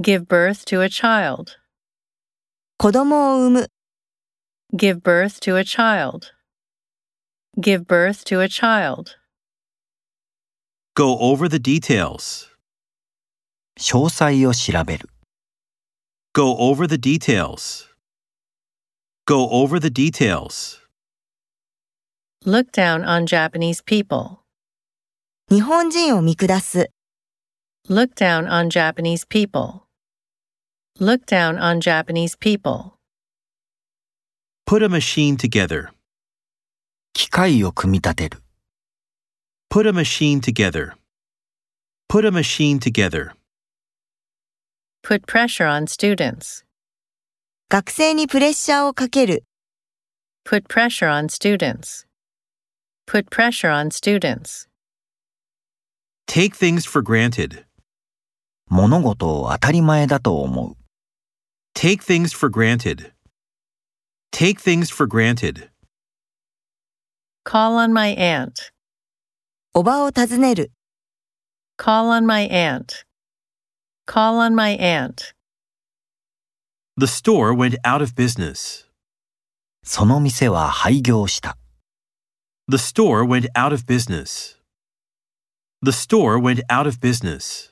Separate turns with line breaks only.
Give birth to a child.
子供を産む、
Give birth to a child. Give birth to a child.
Go over the details.
詳細を調べる。
Go over the details. Go over the details.
Look down on Japanese people.
日本人を見下す、
Look down on Japanese people. Look down on Japanese people.
Put a machine together.
機械を組み立てる。
Put a machine together. Put a machine together.
Put pressure on students.
学生にプレッシャーをかける、
Put pressure on students. Put pressure on students.
Take things for granted.
物事を当たり前だと思う。
Take things for granted. Take things for granted.
Call on my aunt.
おばを訪ねる、
Call on my aunt. Call on my aunt.
The store went out of business.
その店は廃業した。
The store went out of business. The store went out of business.